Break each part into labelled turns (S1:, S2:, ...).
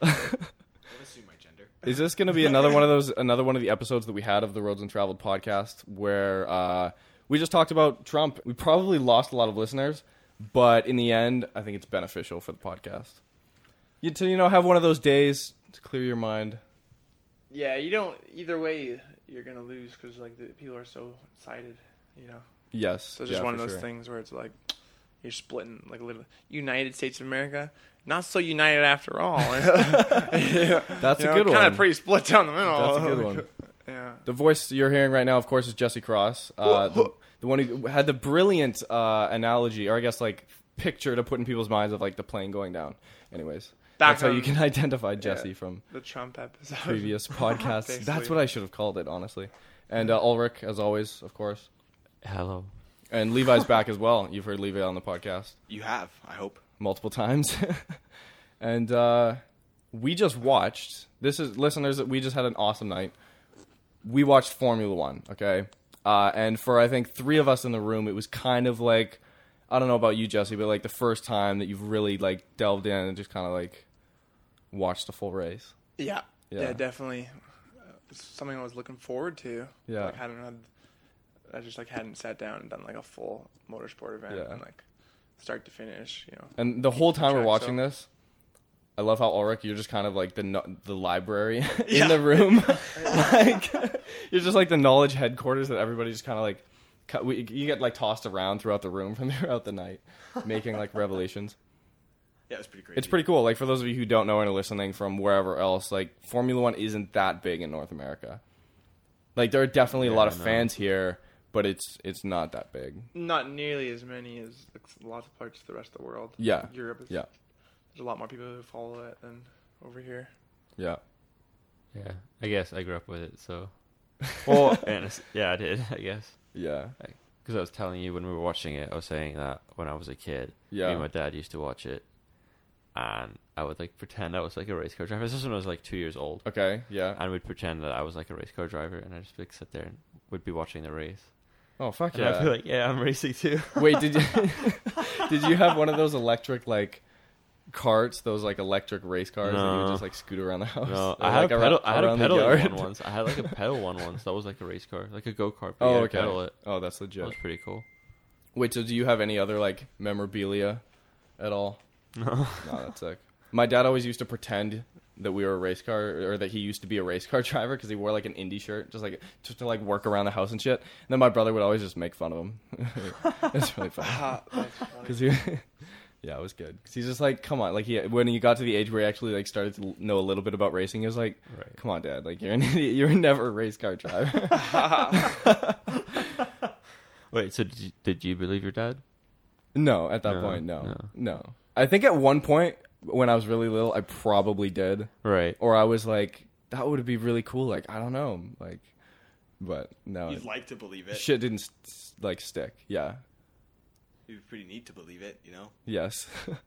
S1: Don't assume my gender.
S2: Is this going to be another one of those another one of the episodes that we had of the Roads and Traveled podcast where uh, we just talked about Trump? We probably lost a lot of listeners, but in the end, I think it's beneficial for the podcast. You to you know have one of those days to clear your mind.
S3: Yeah, you don't. Either way, you're gonna lose because like the people are so sided, you know.
S2: Yes,
S3: So it's just
S2: yeah,
S3: one of
S2: for
S3: those
S2: sure.
S3: things where it's like you're splitting, like literally United States of America. Not so united after all.
S2: That's a good
S3: Kind
S2: one.
S3: of pretty split down the middle.
S2: That's a good
S3: Oh,
S2: one.
S3: Yeah.
S2: The voice you're hearing right now, of course, is Jesse Cross, uh, the, the one who had the brilliant uh, analogy, or I guess like picture to put in people's minds of like the plane going down. Anyways, that's how
S3: on-
S2: you can identify Jesse from
S3: The Trump episode.
S2: previous podcasts. that's
S3: Basically.
S2: what I should have called it, honestly. And uh, Ulrich, as always, of course,
S4: Hello.
S2: and Levi's back as well. You've heard Levi on the podcast
S1: You have, I hope.
S2: multiple times. and uh, we just watched. This is listeners. We just had an awesome night. We watched Formula One. Okay, uh, and for I think three of us in the room, it was kind of like I don't know about you, Jesse, but like the first time that you've really like delved in and just kind of like watched the full race.
S3: Yeah.
S2: Yeah.
S3: Yeah, definitely. Uh, it's something I was looking forward to.
S2: Yeah.
S3: Like I don't know. I just like hadn't sat down and done like a full motorsport event
S2: Yeah.
S3: and like start to finish. You know.
S2: And the whole time we're
S3: Jack,
S2: watching
S3: so-
S2: this, I love how Ulrich, you're just kind of like the no- the library in
S3: Yeah.
S2: the room. like you're just like the knowledge headquarters that everybody just kind of like cu- we, you get like tossed around throughout the room from throughout the night, making like revelations.
S1: Yeah, it's pretty crazy.
S2: It's pretty cool. Like for those of you who don't know and are listening from wherever else, like Formula One isn't that big in North America. Like there are definitely a
S4: Yeah,
S2: lot
S4: I
S2: of
S4: know.
S2: fans here, but it's it's not that big.
S3: Not nearly as many as like, lots of parts of the rest of the world.
S2: Yeah.
S3: Europe. Is,
S2: Yeah.
S3: There's a lot more people who follow it than over here.
S2: Yeah.
S4: Yeah, I guess I grew up with it, so.
S2: Well,
S4: And it's- yeah, I did, I guess.
S2: yeah.
S4: Because I was telling you when we were watching it, I was saying that when I was a kid,
S2: Yeah.
S4: me and my dad used to watch it, and I would like pretend I was like a race car driver. This was when I was like two years old,
S2: Okay. Yeah.
S4: and we'd pretend that I was like a race car driver, and I just like sit there and would be watching the race,
S2: Oh fuck
S4: and
S2: yeah.
S4: I'd be like, "Yeah, I'm racing too."
S2: Wait, did you did you have one of those electric like carts, those like electric race cars that you would
S4: No.
S2: just like scoot around the house?
S4: No,
S2: Or,
S4: I had
S2: like,
S4: a
S2: ar-
S4: pedal. I had a
S2: around the
S4: pedal
S2: yard?
S4: one once. I had like a pedal one once. That was like a race car, like a go kart.
S2: Oh,
S4: Oh,
S2: okay.
S4: Pedal it.
S2: Oh, that's
S4: That
S2: legit.
S4: was pretty cool.
S2: Wait, so do you have any other like memorabilia at all?
S4: No.
S2: No, that's sick. My dad always used to pretend that we were a race car or that he used to be a race car driver because he wore like an indie shirt just like just to like work around the house and shit. And then my brother would always just make fun of him. it's really funny.
S3: Ah, that's funny.
S2: Cause he, yeah, it was good. 'Cause he's just like, come on, like he when he got to the age where he actually like started to l- know a little bit about racing, he was like,
S4: Right.
S2: come on, dad, like you're an idiot, you're never a race car driver.
S4: Wait, so did you, did you believe your dad?
S2: no, at that
S4: No,
S2: point, no, no,
S4: no.
S2: I think at one point when I was really little, I probably did,
S4: Right.
S2: or I was like, that would be really cool. Like I don't know, like, but no,
S1: You'd
S2: it-
S1: like to believe it.
S2: shit didn't st- s- like stick. Yeah,
S1: It'd be pretty neat to believe it, you know?
S2: yes,
S4: Yeah,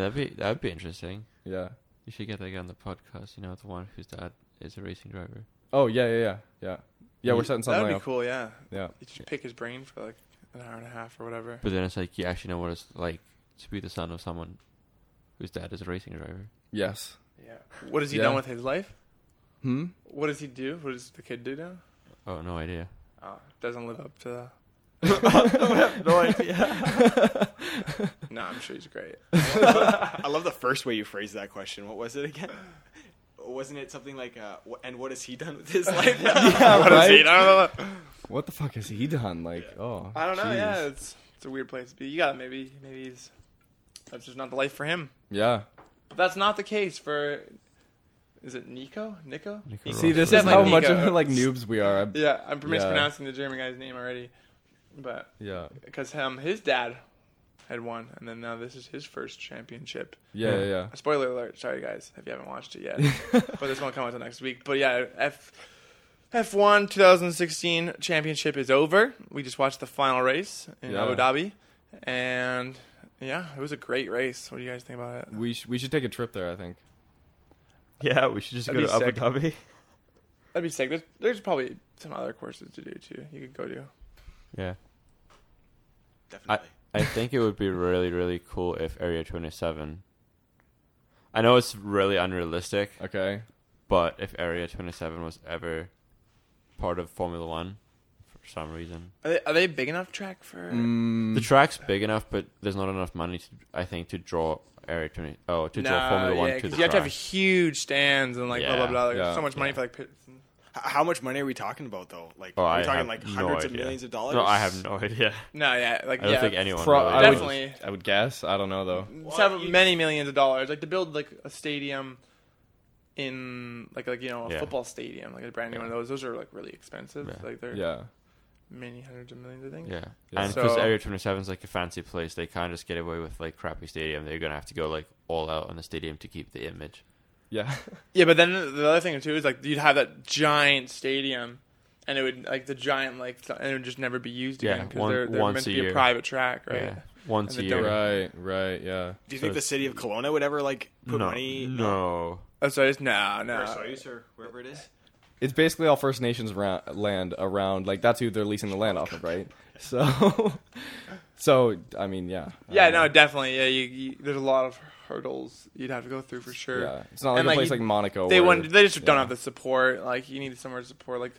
S4: that'd be that'd be interesting.
S2: yeah.
S4: You should get that guy on the podcast. You know, the one whose dad is a racing driver.
S2: Oh yeah, yeah, yeah, yeah, yeah. We're setting something
S3: That'd be
S2: up.
S3: cool. Yeah.
S2: Yeah.
S3: You just pick his brain for like an hour and a half or whatever.
S4: But then it's like you actually know what it's like to be the son of someone whose dad is a racing driver.
S2: Yes.
S3: Yeah. What has he
S2: Yeah.
S3: done with his life?
S2: Hmm.
S3: What does he do? What does the kid do now?
S4: Oh, no idea.
S3: Oh, doesn't live up to. the-
S4: no idea.
S3: No, I'm sure he's great.
S1: I love the first way you phrased that question. What was it again? Wasn't it something like, uh, wh- and what has he done with his life?
S3: What does he-
S2: right?
S3: I don't know.
S2: What the fuck has he done? Like, oh,
S3: I don't know.
S2: jeez.
S3: Yeah, it's it's a weird place to be. You got maybe maybe he's that's just not the life for him.
S2: yeah.
S3: But that's not the case for. Is it Nico? Nico?
S4: Nico
S2: See, this is
S3: Said like
S2: how much
S3: Nico.
S2: of like noobs we are. I-
S3: Yeah, I'm mispronouncing the German guy's name already, but
S2: Yeah,
S3: because him, his dad had won, and then now this is his first championship.
S2: yeah, yeah. yeah.
S3: Spoiler alert! Sorry guys, if you haven't watched it yet, but this won't come out until next week. But yeah, F F1 2016 championship is over. We just watched the final race in
S2: Yeah.
S3: Abu Dhabi, and yeah, it was a great race. What do you guys think about it?
S2: We sh- we should take a trip there. I think.
S4: Yeah, we should just
S3: That'd
S4: go to
S3: be
S4: Abu Dhabi.
S3: That'd be sick. There's, there's probably some other courses to do too. You could go to.
S4: Yeah.
S1: Definitely.
S4: I think it would be really, really cool if Area 27 I know it's really unrealistic,
S2: Okay.
S4: but if Area 27 was ever part of Formula One for some reason,
S3: Are they, are they big enough track for?
S4: Mm,
S2: Mm,
S4: the track's big enough, but there's not enough money to I think to draw Area 20. Oh, to draw Formula One to
S3: 'cause
S4: the
S3: you have
S4: track.
S3: to have huge stands and like blah blah
S4: Yeah,
S3: blah. Like,
S2: yeah,
S3: so much money
S4: yeah.
S3: for like pits. And,
S1: H- how much money are we talking about though? Like,
S4: oh,
S1: are we
S4: I
S1: talking
S4: have
S1: like
S4: no
S1: hundreds of
S4: idea.
S1: millions of dollars?
S4: No, I have no idea.
S3: no, yeah, like
S4: I don't
S3: yeah,
S4: think anyone.
S2: Pro-
S4: really
S2: I
S4: knows.
S3: definitely.
S2: I would guess. I don't know though.
S3: several
S1: you-
S3: many millions of dollars like to build like a stadium in like like you know a
S4: Yeah.
S3: football stadium like a brand new
S4: Yeah.
S3: one of those those are like really expensive
S4: Yeah.
S3: like they're
S2: Yeah.
S3: many hundreds of millions I think
S4: Yeah.
S2: Yeah.
S4: And because
S3: So-
S4: Area 27 is like a fancy place, they can't just get away with like crappy stadium. They're going to have to go like all out on the stadium to keep the image.
S2: Yeah.
S3: yeah but then the other thing too is like you'd have that giant stadium and it would like the giant like th- and it would just never be used
S4: Yeah,
S3: again because
S4: one-
S3: they're, they're
S4: once
S3: meant to
S4: a
S3: be a
S4: year.
S3: private track right
S4: Yeah. Once
S3: And
S4: a
S3: the
S4: year.
S2: Right. Right. Yeah.
S1: Do you
S4: So
S1: think the
S4: it's-
S1: city of Kelowna would ever like put
S4: no,
S1: money? Uh,
S4: No.
S3: oh so it's no
S1: Or
S3: no
S1: Soyuz or wherever it is.
S2: It's basically all First Nations ra- land around. Like that's who they're leasing the land off of, right? So. so I mean, yeah.
S3: yeah
S2: Um,
S3: no definitely yeah you, you there's a lot of hurdles you'd have to go through for sure
S2: Yeah. It's not like
S3: And,
S2: a
S3: like,
S2: place
S3: you-
S2: like Monaco.
S3: they
S2: where-
S3: want they just don't
S2: yeah.
S3: have the support. Like you need somewhere to support. Like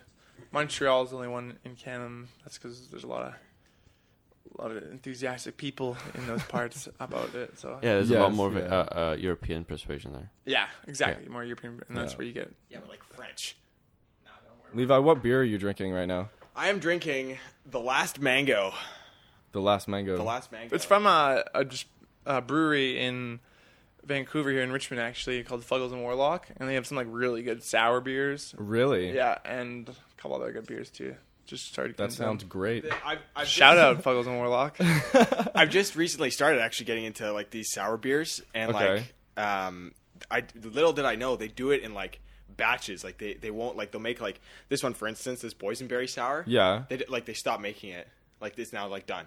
S3: Montreal's the only one in Canada. That's because there's a lot of a lot of enthusiastic people in those parts about it. So yeah,
S4: Yeah, there's a lot
S2: Yes,
S4: more of
S2: yeah.
S4: a uh, uh, European persuasion there.
S3: exactly. More European, and that's
S2: Yeah.
S3: where you get.
S1: Yeah, but like French.
S2: Levi, what beer are you drinking right now?
S1: I am drinking the last mango.
S2: The last mango.
S1: The last mango.
S3: It's from a, a just a brewery in Vancouver here in Richmond actually called Fuggles and Warlock, and they have some like really good sour beers.
S2: Really?
S3: Yeah, and a couple other good beers too. Just started.
S2: That sounds great.
S1: I've, I've
S3: Shout
S1: just,
S3: out Fuggles and Warlock.
S1: I've just recently started actually getting into like these sour beers and
S2: Okay.
S1: like um I little did I know they do it in like batches like they they won't like they'll make like this one for instance this boysenberry sour
S2: Yeah.
S1: they d- like they stopped making it like it's now like done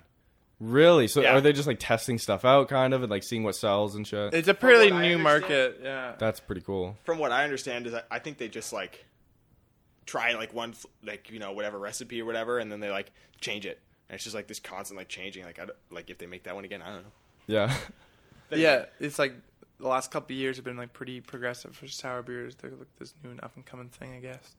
S2: Really? So
S1: Yeah.
S2: are they just like testing stuff out, kind of, and like seeing what sells and shit?
S3: it's a pretty
S1: I
S3: new
S1: understand-
S3: market. Yeah.
S2: That's pretty cool.
S1: from what I understand is I, I think they just like try like one f- like you know whatever recipe or whatever and then they like change it and it's just like this constant like changing like I don't- like if they make that one again I don't know
S2: Yeah.
S3: Yeah, it's like the last couple of years have been like pretty progressive for sour beers. They're like this new and up and coming thing, I guess.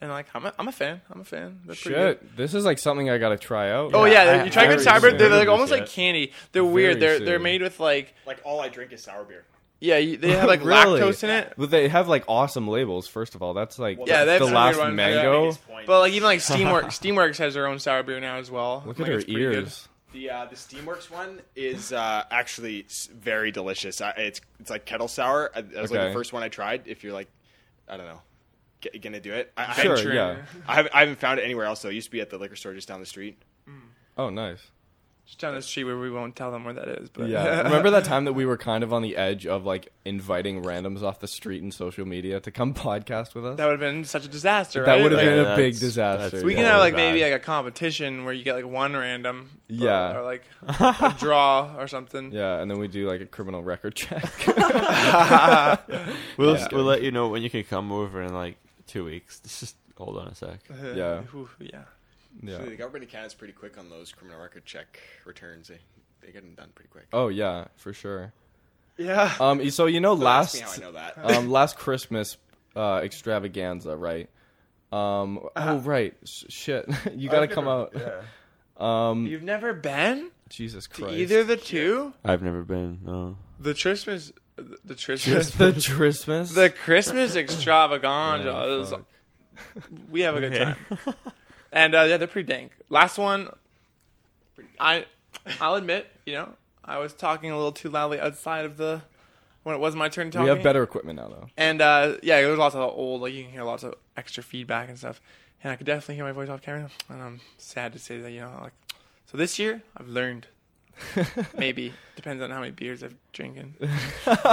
S3: And like I'm a, I'm a fan. I'm a fan. They're pretty good.
S2: Shit. This is like something I gotta try out.
S3: Oh
S4: Yeah,
S3: yeah,
S4: I-
S3: you try
S4: I
S3: good
S4: already
S3: sour beer.
S4: said
S3: They're
S4: it.
S3: like almost
S4: Said
S3: like
S4: it.
S3: candy. They're weird.
S2: Very
S3: They're they're
S2: soon.
S3: made with like
S1: like all I drink is sour beer
S3: yeah. You, they have like
S2: Really?
S3: lactose in it.
S2: But they have like awesome labels. First of all, that's like
S1: Yeah,
S2: that's
S3: they have
S2: the
S3: some
S2: last
S3: weird ones,
S2: mango.
S1: Biggest point
S3: But
S1: is-
S3: like even like Steamworks Steamworks has their own sour beer now as well.
S2: Look
S3: Like,
S2: at her
S3: it's pretty good.
S2: ears.
S1: The uh, the Steamworks one is uh, actually s- very delicious. I, it's it's like kettle sour. I, that was like
S2: Okay.
S1: the first one I tried. If you're like, I don't know, g- gonna do it. I, I,
S2: Sure.
S1: haven't,
S3: Venturing.
S2: yeah.
S1: I haven't I haven't found it anywhere else. Though it used to be at the liquor store just down the street.
S2: Oh, nice.
S3: Just down the street where we won't tell them where that is. But
S2: Yeah. Remember that time that we were kind of on the edge of like inviting randoms off the street and social media to come podcast with us?
S3: that would have been such a disaster.
S2: That
S3: right?
S2: would've
S3: Like,
S2: been a
S4: that's-
S2: big disaster.
S4: that's
S3: We can
S4: all
S3: have like
S4: bad.
S3: maybe like a competition where you get like one random, or-
S2: Yeah.
S3: or, like a draw or something.
S2: yeah, and then we do like a criminal record check.
S4: We'll,
S2: Yeah.
S4: we'll let you know when you can come over in like two weeks. Just hold on a sec.
S2: Yeah.
S3: Ooh, yeah.
S2: yeah.
S1: So the government of Canada's pretty quick on those criminal record check returns. They they get them done pretty quick.
S2: Oh yeah, for sure.
S3: Yeah.
S2: Um, so you know,
S1: Don't ask
S2: last
S1: me how I know that.
S2: um, last Christmas uh, extravaganza, right? Um,
S3: Uh-huh.
S2: oh right, Sh- shit, you gotta come out. Um,
S3: You've never been
S2: Jesus
S3: to
S2: Christ,
S3: E-, either of the two?
S4: I've never been. No.
S3: The Christmas, the Christmas,
S2: just the Christmas.
S3: the Christmas extravaganza.
S4: Yeah,
S3: It was-
S4: fuck.
S3: we have a good time, and uh, yeah, they're pretty dank. Last one, I, I'll admit, you know, I was talking a little too loudly outside of the when it was my turn to talk.
S2: we have better equipment now, though.
S3: And uh, yeah, there was lots of old, like you can hear lots of extra feedback and stuff. And I could definitely hear my voice off camera. And I'm sad to say that, you know, like, so this year I've learned. Maybe. Depends on how many beers I've drinking. but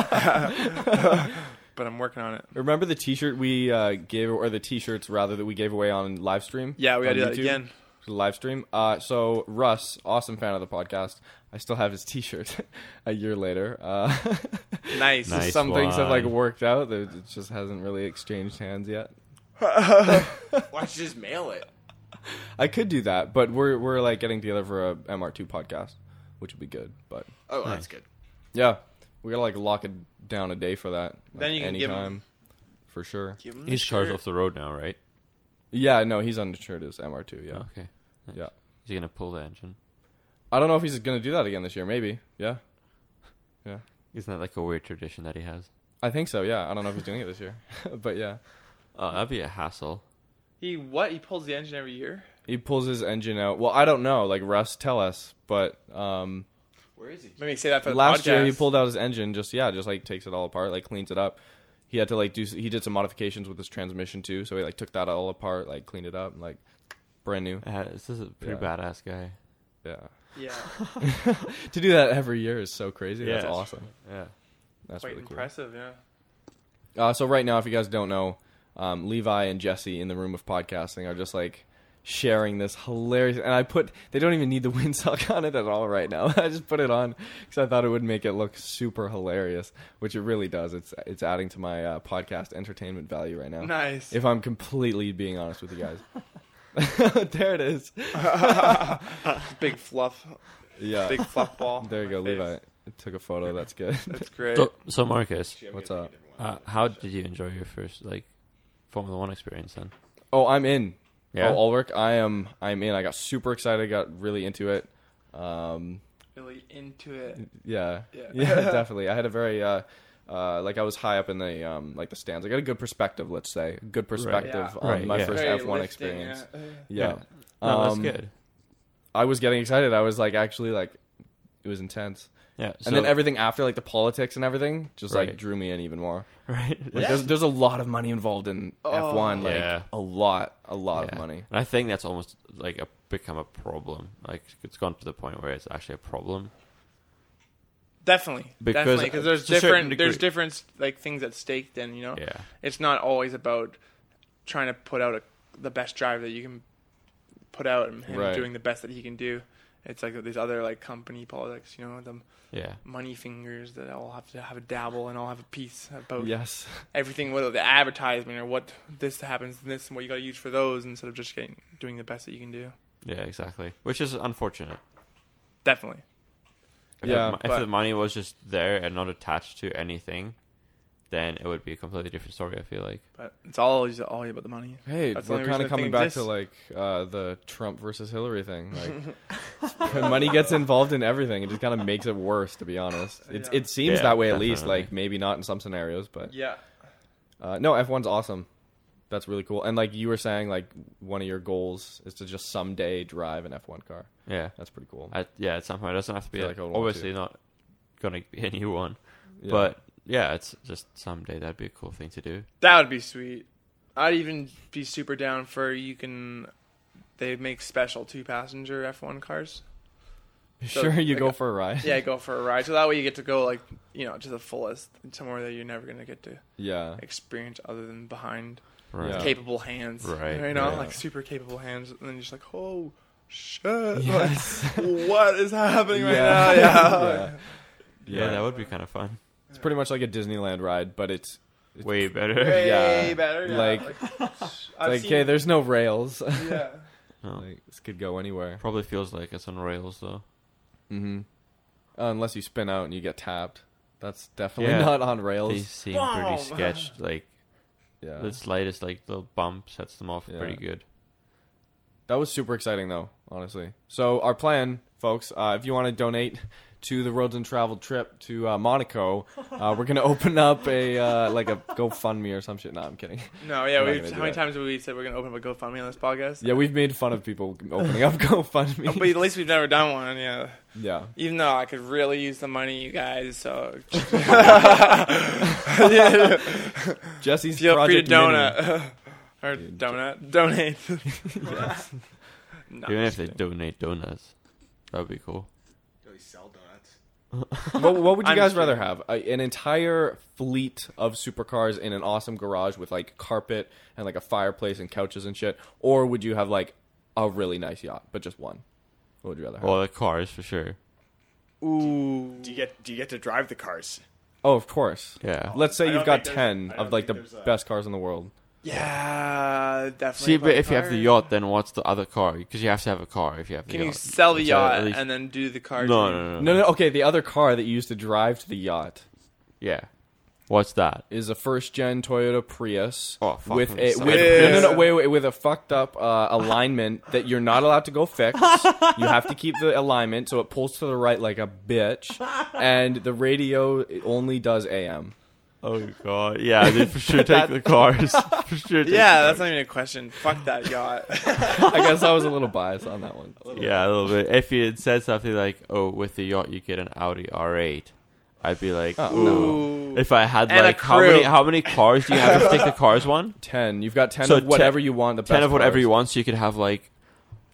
S3: I'm working on it.
S2: Remember the T-shirt we uh, gave, or the T-shirts rather that we gave away on live stream.
S3: Yeah, we gotta
S2: on
S3: do that
S2: YouTube?
S3: again.
S2: The live stream. Uh, so Russ, awesome fan of the podcast. I still have his T-shirt a year later. Uh,
S3: Nice.
S4: Nice.
S2: some things have like
S4: one.
S2: worked out. It it just hasn't really exchanged hands yet.
S1: Why don't you just mail it?
S2: I could do that, but we're we're like getting together for a MR2 podcast, which would be good. But
S1: Oh, that's good.
S2: yeah, we gotta like lock it down a day for that. Like,
S3: Then you can give him-
S2: anytime, for sure.
S3: Give him the
S4: His car's
S3: shirt.
S4: off the road now, right?
S2: Yeah, no, he's uninsured as MR2. Yeah,
S4: Okay. Nice.
S2: Yeah.
S4: Is he gonna pull the engine?
S2: I don't know if he's gonna do that again this year. Maybe. Yeah,
S4: Isn't that like a weird tradition that he has?
S2: I think so. Yeah, I don't know if he's doing it this year, but yeah, Uh,
S4: Oh, that'd be a hassle.
S3: He what? He pulls the engine every year.
S2: he pulls his engine out. Well, I don't know. Like Russ, tell us. But um,
S1: Where is he?
S3: Let me say that for the
S2: last
S3: podcast.
S2: year he pulled out his engine. Just yeah, just like takes it all apart, like cleans it up. He had to like do. He did some modifications with his transmission too. So he like took that all apart, like cleaned it up, and, like brand new.
S4: Uh, this is a pretty
S2: Yeah.
S4: badass guy.
S2: Yeah.
S3: Yeah,
S2: to do that every year is so crazy. That's
S4: Yeah.
S2: awesome.
S4: Yeah.
S2: That's
S3: quite
S2: really cool.
S3: impressive. Yeah.
S2: Uh, so right now, if you guys don't know, um, Levi and Jesse in the room of podcasting are just like sharing this hilarious. And I put they don't even need the windsock on it at all right now. I just put it on because I thought it would make it look super hilarious, which it really does. It's it's adding to my uh, podcast entertainment value right now.
S3: Nice.
S2: If I'm completely being honest with you guys. there it is.
S3: Big fluff.
S2: Yeah.
S3: Big fluff ball.
S2: there you go,
S3: My face.
S2: Levi. Took a photo. That's good.
S3: That's great.
S4: So, so Marcus,
S2: What's up?
S4: uh, how did you enjoy your first like Formula One experience then?
S2: Oh, I'm in.
S4: Yeah?
S2: Oh, Ulrich, I am. I'm in. I got super excited. Got really into it. Um,
S3: really into it.
S2: yeah,
S3: Yeah.
S2: definitely. I had a very, uh, uh, like I was high up in the, um, like the stands. I got a good perspective. Let's say, a good perspective
S3: Yeah.
S2: on
S4: Right,
S2: my
S4: yeah.
S2: first
S3: Very
S2: F1
S3: lifting,
S2: experience.
S3: yeah. Uh,
S2: Yeah,
S4: No,
S2: Um,
S4: that's good.
S2: I was getting excited. I was like, actually, like, it was intense.
S4: Yeah. So,
S2: and then everything after, like the politics and everything, just like
S4: Right.
S2: drew me in even more.
S4: right.
S2: Like, there's there's a lot of money involved in F1. Like
S4: Yeah.
S2: a lot, a lot of
S4: Yeah.
S2: money.
S4: And I think that's almost like a become a problem. Like it's gone to the point where it's actually a problem.
S3: Definitely,
S4: Because,
S3: definitely, because there's
S4: to a certain
S3: different there's
S4: degree.
S3: different like things at stake. Then you know,
S4: Yeah.
S3: it's not always about trying to put out a, the best drive that you can put out and him
S2: Right.
S3: doing the best that he can do. It's like these other like company politics, you know, the
S4: Yeah.
S3: money fingers that all have to have a dabble and all have a piece about
S2: Yes.
S3: everything, whether the advertisement or what this happens, and this and what you got to use for those, instead of just getting doing the best that you can do.
S4: Yeah. Exactly. Which is unfortunate.
S3: Definitely,
S4: If
S2: Yeah,
S4: the, mo- if
S3: but-
S4: the money was just there and not attached to anything, then it would be a completely different story. I feel like.
S3: but it's always all about the money.
S2: Hey,
S3: That's the
S2: we're
S3: only
S2: kind
S3: reason
S2: of
S3: the
S2: coming
S3: thing
S2: back to
S3: exists.
S2: like uh, the Trump versus Hillary thing. Like, when money gets involved in everything. It just kind of makes it worse, to be honest. It
S3: Yeah.
S2: it seems
S4: Yeah,
S2: that way at least.
S4: definitely.
S2: Like maybe not in some scenarios, but
S3: Yeah,
S2: uh, no, F one's awesome. That's really cool. And like you were saying, like one of your goals is to just someday drive an F one car.
S4: Yeah.
S2: That's pretty cool.
S4: I, yeah. At some point, it doesn't have to be
S2: Feel
S4: like,
S2: like I would want
S4: obviously not gonna be a new one,
S2: Yeah.
S4: but yeah, it's just someday that'd be a cool thing to do.
S3: that would be sweet. I'd even be super down for you can. They make special two passenger F one cars. so,
S2: sure, you
S3: like,
S2: go
S3: uh,
S2: for a ride.
S3: Yeah, go for a ride. So that way you get to go like you know to the fullest somewhere that you're never gonna get to
S2: yeah.
S3: experience other than behind
S4: Right.
S2: Yeah.
S3: capable hands.
S4: Right,
S3: You know,
S2: yeah.
S3: like super capable hands, and then you're just like, oh shit, like, what is happening right now? Yeah.
S2: Yeah.
S4: Yeah,
S2: Yeah.
S4: that would be kind of fun.
S2: It's pretty much like a Disneyland ride, but it's It's
S4: Way better.
S3: Way
S2: Yeah.
S3: better. Yeah.
S2: Like-
S3: I've
S2: like,
S3: seen-
S2: hey, there's no rails.
S4: Oh.
S3: yeah.
S4: No.
S2: like, this could go anywhere.
S4: Probably feels like it's on rails though.
S2: Mm-hmm. unless you spin out and you get tapped. That's definitely
S4: Yeah.
S2: not on
S4: They
S2: rails.
S4: seem
S3: Wow.
S4: pretty sketched. Like
S2: Yeah.
S4: the slightest like little bump sets them off
S2: Yeah.
S4: pretty good.
S2: That was super exciting, though, honestly. So, our plan, folks, uh, if you want to donate to the Roads and Travel trip to uh, Monaco, uh, we're going to open up a, uh, like a GoFundMe or some shit. No, I'm kidding.
S3: No, yeah.
S2: I'm not
S3: We
S2: gonna do
S3: how many
S2: that.
S3: times have we said we're gonna open up a GoFundMe on this podcast?
S2: Yeah, we've made fun of people opening up GoFundMe.
S3: Oh, but at least we've never done one. Yeah.
S2: yeah.
S3: Even though I could really use the money, you guys. So
S2: Jesse's
S3: feel
S2: Project
S3: free to
S2: Mini.
S3: donut or donut donate. No,
S4: Even
S3: I'm
S4: if
S3: just
S4: they
S3: kidding.
S4: donate donuts, that'd be cool.
S1: Does he sell donuts?
S2: what, what would you
S3: I'm
S2: guys
S3: just
S2: rather
S3: kidding.
S2: have? A, an entire fleet of supercars in an awesome garage with like carpet and like a fireplace and couches and shit, or would you have like a really nice yacht but just one? What would you rather have?
S4: Well, the cars for sure.
S3: ooh,
S1: Do you get do you get to drive the cars?
S2: oh, of course.
S4: Yeah.
S2: Let's
S1: I
S2: say
S1: don't
S2: you've got
S1: think there's-
S2: ten
S1: I
S2: of
S1: don't
S2: like the
S1: think there's a-
S2: best cars in the world.
S3: yeah, definitely.
S4: See, but
S3: about
S4: if you have the
S3: cars.
S4: yacht, then what's the other car? Because you have to have a car if you have the
S3: can
S4: yacht.
S3: you sell the
S4: So at
S3: yacht
S4: least-
S3: and then do the car?
S4: no,
S3: trade?
S4: no, no,
S2: No, no, okay, the other car that you used to drive to the yacht.
S4: Yeah. What's that?
S2: is a first gen Toyota Prius
S4: Oh, fuck,
S2: with
S4: I'm
S2: a
S4: sorry.
S2: with, no, no,
S1: Yeah.
S2: no, wait, wait, with a fucked up uh, alignment that you're not allowed to go fix. you have to keep the alignment so it pulls to the right like a bitch, and the radio only does AM.
S4: Oh god. Yeah, they for sure take the cars. for sure. Take
S3: Yeah, that's not even a question. Fuck that yacht.
S2: I guess I was a little biased on that one.
S4: Yeah, a little bit. If you had said something like, "Oh, with the yacht you get an Audi R8," I'd be like,
S2: Oh,
S4: "Ooh."
S3: Ooh.
S4: If I had
S3: And a
S4: like how
S3: crew.
S4: many how many cars do you have to take the cars one?
S2: Ten. You've got ten
S4: So
S2: of whatever
S4: ten-
S2: you want. The
S4: Ten
S2: best
S4: of whatever
S2: cars.
S4: you want. So you could have like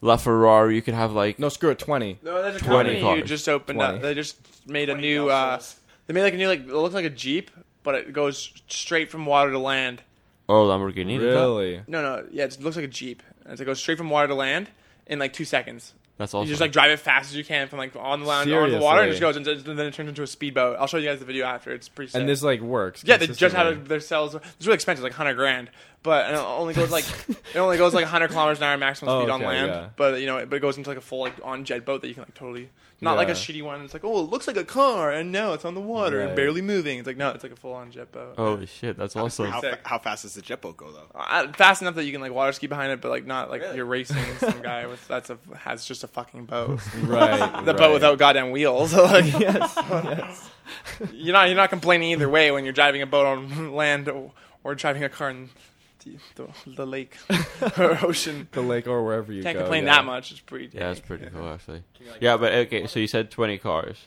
S4: LaFerrari. You could have like
S2: No, screw it. Twenty.
S3: No, there's a
S4: 20
S3: company who
S4: cars.
S3: just opened up.
S2: 20.
S3: They just made a new. Uh, they made like a new like it looks like a jeep, but it goes straight from water to land.
S4: oh Lamborghini.
S2: Really?
S3: No, no, yeah, it looks like a jeep. And it's, it goes straight from water to land in like two seconds.
S4: That's awesome.
S3: You just like drive it fast as you can from like on the land on the water, and it just goes, and just- and then it turns into a speedboat. I'll show you guys the video after. It's pretty. Sick.
S2: And this like works.
S3: Yeah, they just
S2: consistently.
S3: have their cells. It's really expensive, like hundred grand, but and it only goes like it only goes like hundred kilometers an hour maximum
S2: Oh,
S3: speed on
S2: okay,
S3: land.
S2: yeah.
S3: But you know, it, but it goes into like a full like on jet boat that you can like totally not like a
S2: Yeah.
S3: shitty one. It's like oh, it looks like a car, and no, it's on the water
S2: Right. Oh.
S3: and barely moving. It's like no, it's like a full on jet boat.
S4: Holy shit, that's awesome.
S1: How,
S3: Sick.
S1: how fast does the jet boat go though?
S3: Uh, fast enough that you can like water ski behind it, but like not like
S1: Really?
S3: you're racing some guy with that's a has just a fucking boat.
S2: right.
S3: The
S2: right.
S3: boat without goddamn wheels. like
S2: Yes. yes.
S3: you're not you're not complaining either way when you're driving a boat on land or, or driving a car in the, the, the lake or ocean.
S2: The lake or wherever you
S3: Can't
S2: go.
S3: complain
S2: yeah.
S3: that much. It's pretty.
S4: Yeah, that's pretty cool actually. Yeah, but okay. So you said twenty cars.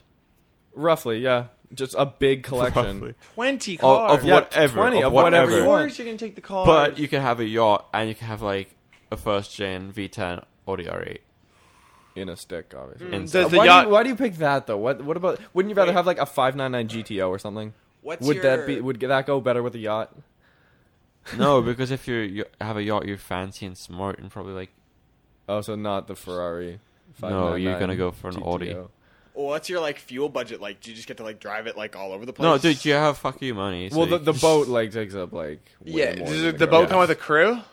S2: Roughly, yeah. Just a big collection.
S4: Roughly.
S3: Twenty cars.
S4: Of, of
S2: Yeah,
S4: whatever.
S2: 20
S4: of
S2: of whatever
S4: whatever.
S2: you
S3: Of
S2: want.
S3: course you're gonna take the cars.
S4: But you could have a yacht and you could have like a first gen V10 Audi R8.
S2: in a stick, obviously.
S4: And
S3: Does
S4: stuff.
S3: the
S2: why, do
S3: yacht-
S2: you, why do you pick that though? What what about? Wouldn't you rather
S1: Wait.
S2: have like a five nine nine GTO or something?
S1: What's
S2: would that
S1: your-
S2: be? Would that go better with a yacht?
S4: no, because if you're, you have a yacht, you're fancy and smart and probably like
S2: Oh, so not the Ferrari.
S4: No, you're
S2: 599
S4: gonna go for an Audi.
S1: Well, what's your like fuel budget like? Do you just get to like drive it like all over the place?
S4: no, dude, you have fuck you money. so
S2: Well, the,
S4: you-
S2: the boat like takes up like. way
S3: yeah,
S2: more
S3: does
S2: than
S3: the, the boat
S2: car.
S3: come with a crew?
S2: Yeah.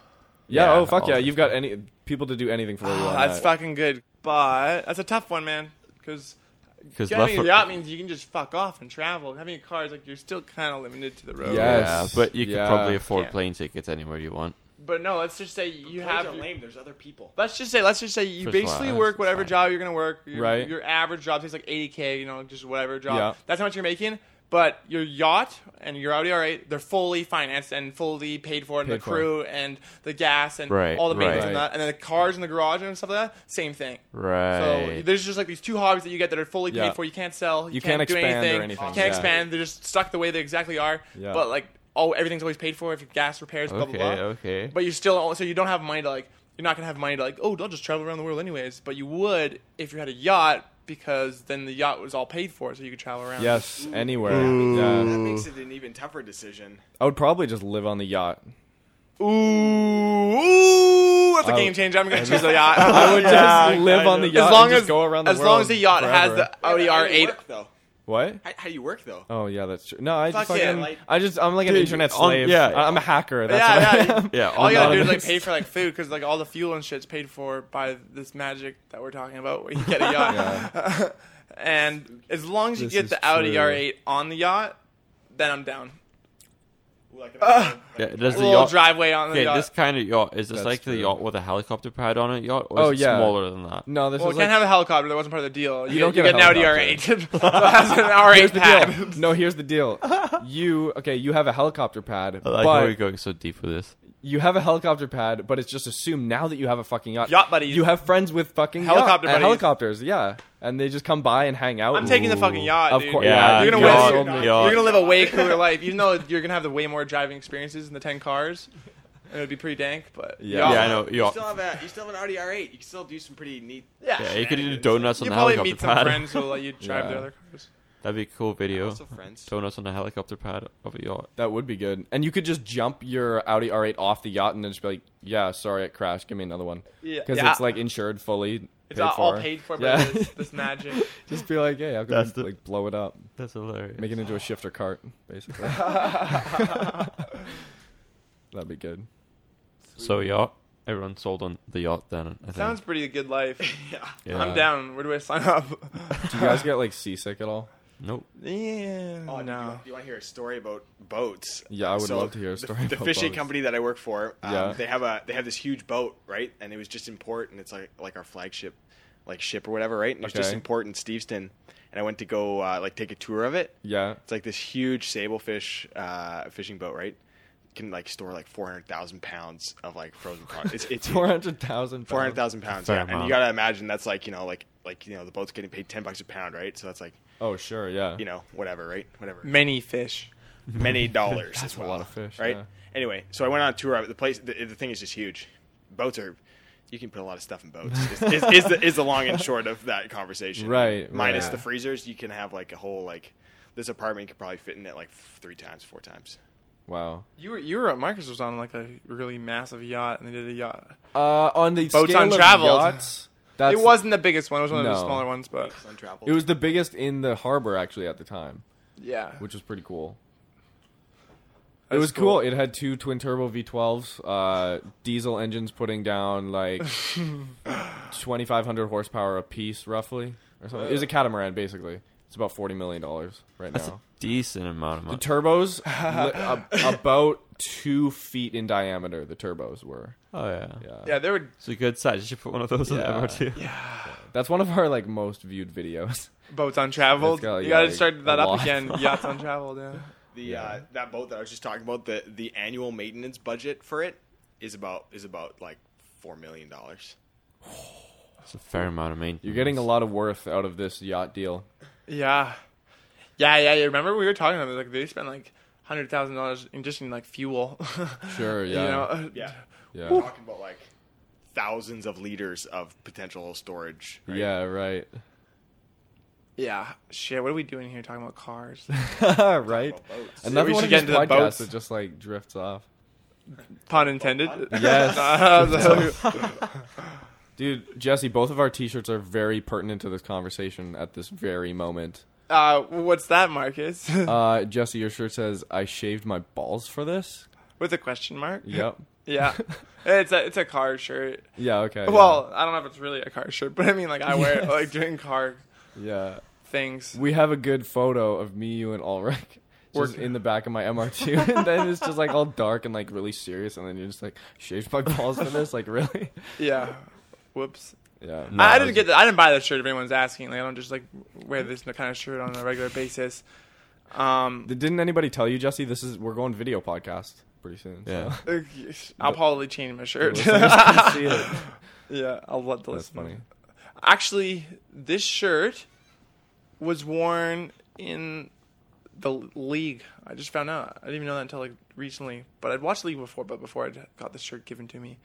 S4: Yeah,
S2: oh fuck yeah!
S4: obviously.
S2: You've got any people to do anything for you.
S3: Oh,
S2: on
S3: that's
S2: that.
S3: fucking good. But that's a tough one, man. Because
S4: because
S3: having a
S4: left.
S3: yacht means you can just fuck off and travel. Having a car is like you're still kind of limited to the road.
S2: Yeah.
S4: Yeah,
S2: Yes.
S4: but you could
S2: Yeah.
S4: probably afford
S3: Yeah.
S4: plane tickets anywhere you want.
S3: But no, let's just say you
S1: Planes
S3: have.
S1: are lame. There's other people.
S3: Let's just say, let's just say you
S4: First
S3: basically
S4: class,
S3: work whatever
S4: fine.
S3: job you're gonna work. Your,
S2: Right.
S3: Your average job takes like 80k, you know, just whatever job.
S2: Yeah.
S3: That's how much you're making. But your yacht and your Audi R8, they're fully financed and fully paid for, and the
S2: Paid for.
S3: crew and the gas and
S4: Right,
S3: all the maintenance
S4: right.
S3: and that, and then the cars in the garage and stuff like that. Same thing. So
S4: Right.
S3: there's just like these two hobbies that you get that are fully paid
S2: Yeah.
S3: for. You can't sell. You,
S2: You
S3: can't,
S2: can't
S3: do
S2: expand or
S3: anything.
S2: anything,
S3: You can't
S2: yeah.
S3: expand. They're just stuck the way they exactly are.
S2: Yeah.
S3: But like, oh, everything's always paid for. If your gas repairs, blah
S4: okay,
S3: blah blah.
S4: okay.
S3: But you still so you don't have money to like you're not gonna have money to like oh I'll just travel around the world anyways. But you would if you had a yacht because then the yacht was all paid for so you could travel around.
S2: Yes, anywhere.
S1: That
S3: Mm.
S2: Yeah. Oh,
S1: makes it an even tougher decision.
S2: I would probably just live on the yacht.
S3: Ooh, ooh that's a
S2: I
S3: game
S2: would-
S3: changer. I'm gonna choose the yacht. I
S2: I would just live on the
S1: As
S2: yacht.
S3: as long
S2: and
S3: as
S2: just go around the
S3: as long
S2: world
S3: as the yacht has
S2: forever.
S3: the E Audi
S1: Yeah, but how do you
S3: R8.
S1: work, though.
S2: what?
S1: How, how do you work though?
S2: Oh yeah, that's true. No, I
S3: Fuck
S2: just
S3: yeah,
S2: fucking,
S1: like-
S2: I just, I'm like an
S4: Dude,
S2: internet
S4: on-
S2: slave.
S4: yeah.
S2: I- I'm a hacker. That's
S3: Yeah,
S2: what
S3: yeah.
S2: I am.
S4: yeah,
S3: All you gotta do is like
S4: anonymous.
S3: pay for like food because like all the fuel and shit's paid for by this magic that we're talking about. Where you get a yacht, and as long as you
S2: This
S3: get
S2: is
S3: the Audi
S2: true.
S3: R8 on the yacht, then I'm down.
S1: Like,
S4: Yeah, does the
S3: Little
S4: yacht?
S3: driveway on the
S4: okay,
S3: yacht.
S4: this kind of yacht is this
S2: That's
S4: like the
S2: true.
S4: yacht with a helicopter pad on it yacht, or is
S2: Oh,
S4: it
S2: yeah.
S4: smaller than that?
S2: No, this
S3: Well,
S2: is
S3: we
S2: like,
S3: can't have a helicopter. That wasn't part of the deal. You,
S2: don't
S3: you
S2: get a
S3: an Audi R8.
S2: helicopter.
S3: so it has an R8
S2: here's the
S3: pad.
S2: deal. No, here's the deal. You okay? You have a helicopter pad,
S4: I like how we're
S2: but
S4: going so deep with this.
S2: you have a helicopter pad, but it's just assumed now that you have a fucking yacht.
S3: Yacht buddies.
S2: You have friends with fucking yacht-
S3: Helicopter
S2: uh,
S3: buddies.
S2: helicopters. Yeah, and they just come by and hang out.
S3: I'm taking the fucking yacht,
S2: Of
S3: dude.
S2: course-
S4: Yeah,
S3: you're gonna
S1: yacht,
S3: win.
S1: yacht.
S3: You're gonna live a way cooler life, even though you're gonna have the way more driving experiences in the ten cars. And it'd be pretty dank, but
S2: Yeah.
S4: Yeah,
S3: yacht.
S4: I know
S1: You
S4: yacht.
S1: still have a you still have an Audi R8. You can still do some pretty neat.
S3: Yeah.
S4: Yeah, you could do donuts on
S3: You
S4: the
S3: probably
S4: helicopter
S3: meet some
S4: pad.
S3: friends who'll let you drive
S2: Yeah.
S3: their other cars.
S4: That'd be a cool video.
S1: Also friends.
S4: Donuts on a helicopter pad of a yacht.
S2: That would be good, and you could just jump your Audi R8 off the yacht and then just be like, "Yeah, sorry, it crashed. Give me another one."
S3: Yeah.
S2: because
S3: Yeah.
S2: it's like insured fully.
S3: It's
S2: paid
S3: all,
S2: for.
S3: all paid for by
S2: Yeah.
S3: this, this magic.
S2: Just be like, "Hey, I'll go
S4: That's
S2: and,
S4: the-
S2: like blow it up,
S4: That's hilarious.
S2: make it into a shifter cart, basically." That'd be good.
S4: so yacht. Everyone sold on the yacht then. I think.
S3: Sounds pretty good life.
S1: Yeah.
S4: Yeah.
S3: I'm down. Where do I sign up?
S2: Do you guys get like seasick at all?
S4: Nope.
S3: Yeah.
S1: Oh, no. You,
S3: no.
S1: want to hear a story about boats?
S2: Yeah, I would
S1: So,
S2: love to hear a
S1: the-
S2: story
S1: The,
S2: about
S1: fishing
S2: boats.
S1: company that I work for, um,
S2: Yeah.
S1: they have a they have this huge boat, right? And it was just import, and it's like like our flagship, like ship or whatever, right? And it's just
S2: Okay.
S1: import in Steveston, and I went to go uh, like take a tour of it.
S2: Yeah.
S1: It's like this huge sablefish uh, fishing boat, right? Can like store like four hundred thousand pounds of like frozen product. It's it's
S2: Four hundred thousand.
S1: Four hundred thousand pounds,
S4: Fair
S1: yeah. And
S4: amount.
S1: you gotta imagine that's like you know, like like you know, the boat's getting paid ten bucks a pound, right? So that's like
S2: Oh sure, yeah.
S1: you know, whatever, right? Whatever,
S3: Many fish.
S1: many dollars.
S2: That's
S1: as
S2: a
S1: well,
S2: lot of fish,
S1: right?
S2: yeah.
S1: Anyway, so I went on a tour of it. The place, the, the thing is just huge. Boats are, you can put a lot of stuff in boats. is, is, is, the, is the long and short of that conversation,
S2: Right,
S1: Minus
S2: right.
S1: the freezers, you can have like a whole like this apartment could probably fit in it like three times, four times.
S2: Wow.
S3: You were you were at Microsoft's on like a really massive yacht, and they did a yacht.
S2: Uh, on the
S3: Boats
S2: scale
S3: untraveled.
S2: of yachts, that's,
S3: it wasn't the biggest one. It was one of
S2: No.
S3: the smaller ones, but
S1: Untraveled.
S2: It was the biggest in the harbor actually at the time,
S3: yeah,
S2: which was pretty cool.
S3: That's
S2: it was cool. It had two twin turbo V12s, uh, diesel engines putting down like 2,500 horsepower a piece, roughly, or something. It was a catamaran, basically. It's about forty million dollars right
S4: That's
S2: now.
S4: a decent amount of
S2: The
S4: money.
S2: turbos, li- a- about two feet in diameter. The turbos were.
S4: oh yeah.
S2: Yeah.
S3: Yeah, they were
S4: It's a good size. You should put one of those
S2: Yeah.
S4: on the MRT.
S2: that's one of our like most viewed videos.
S3: boats untraveled.
S2: It's got,
S3: you
S2: yeah,
S3: gotta
S2: like,
S3: start that
S2: a
S3: up
S2: lot.
S3: again. Yachts untraveled. Yeah.
S1: the uh, that boat that I was just talking about. The the annual maintenance budget for it is about is about like four million dollars.
S4: It's a fair amount of maintenance.
S2: You're getting a lot of worth out of this yacht deal.
S3: Yeah, yeah, yeah. You remember we were talking about it, like they spent like hundred thousand dollars in just in like fuel.
S2: Sure,
S3: You
S2: yeah.
S3: know?
S1: Yeah.
S2: Yeah.
S1: We're talking about like thousands of liters of potential storage. Right?
S2: Yeah, right.
S3: yeah. Shit, what are we doing here talking about cars?
S2: right.
S1: boats.
S2: Another
S3: We
S2: one
S3: should
S2: of
S3: get
S2: these
S3: into the
S2: podcasts
S3: boats.
S2: that just like drifts off.
S3: Pun intended. Uh,
S2: Yes. Dude, Jesse, both of our t-shirts are very pertinent to this conversation at this very moment.
S3: uh, what's that, Marcus?
S2: Uh, Jesse, your shirt says "I shaved my balls for this."
S3: With a question mark?
S2: Yep.
S3: Yeah. It's a it's a car shirt.
S2: Yeah. Okay. yeah.
S3: Well, I don't know if it's really a car shirt, but I mean like I wear it
S2: Yes.
S3: like during car
S2: Yeah.
S3: things.
S2: We have a good photo of me, you, and Ulrich. Just
S3: Working.
S2: in the back of my MR2, and then it's just like all dark and like really serious, and then you're just like, shaved my balls for this? Like, really?
S3: Yeah. Whoops.
S2: Yeah.
S4: No,
S3: I, I
S4: it
S3: didn't
S4: was-
S3: get that. I didn't buy that shirt. If anyone's asking, like I don't just like wear this kind of shirt on a regular basis. Um,
S2: Didn't anybody tell you, Jesse? This is we're going video podcast pretty soon.
S4: Yeah.
S2: so.
S3: I'll probably change my shirt.
S2: Listeners can see it.
S3: yeah, I'll let the
S2: That's
S3: listener.
S2: funny.
S3: Actually, this shirt was worn in the league. I just found out. I didn't even know that until like recently. But I'd watched the league before, but before I got this shirt given to me,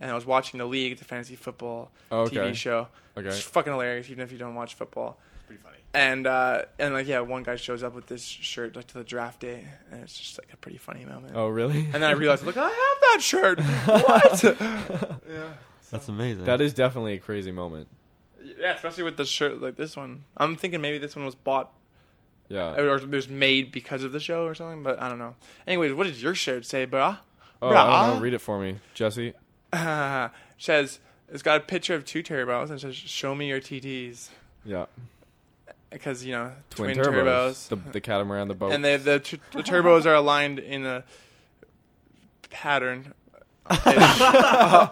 S3: and I was watching the league, the fantasy football
S2: Oh, okay.
S3: TV show.
S2: Okay.
S3: It's fucking hilarious, even if you don't watch football.
S1: Pretty funny.
S3: And uh, and like yeah, one guy shows up with this shirt like to the draft day, and it's just like a pretty funny moment.
S2: Oh, really?
S3: And then I realized like I have that shirt. What? yeah.
S4: That's amazing.
S2: that is definitely a crazy moment.
S3: Yeah, especially with the shirt like this one. I'm thinking maybe this one was bought
S2: Yeah.
S3: or was made because of the show or something, but I don't know. Anyways, what does your shirt say, brah?
S2: Oh, I don't know. Read it for me, Jesse.
S3: Brah. says it's got a picture of two turbos and says, "Show me your TTs,"
S2: Yeah.
S3: because you know
S2: Twin, turbos. The, the catamaran, the boat.
S3: and they, the tur- the turbos are aligned in a pattern. yeah.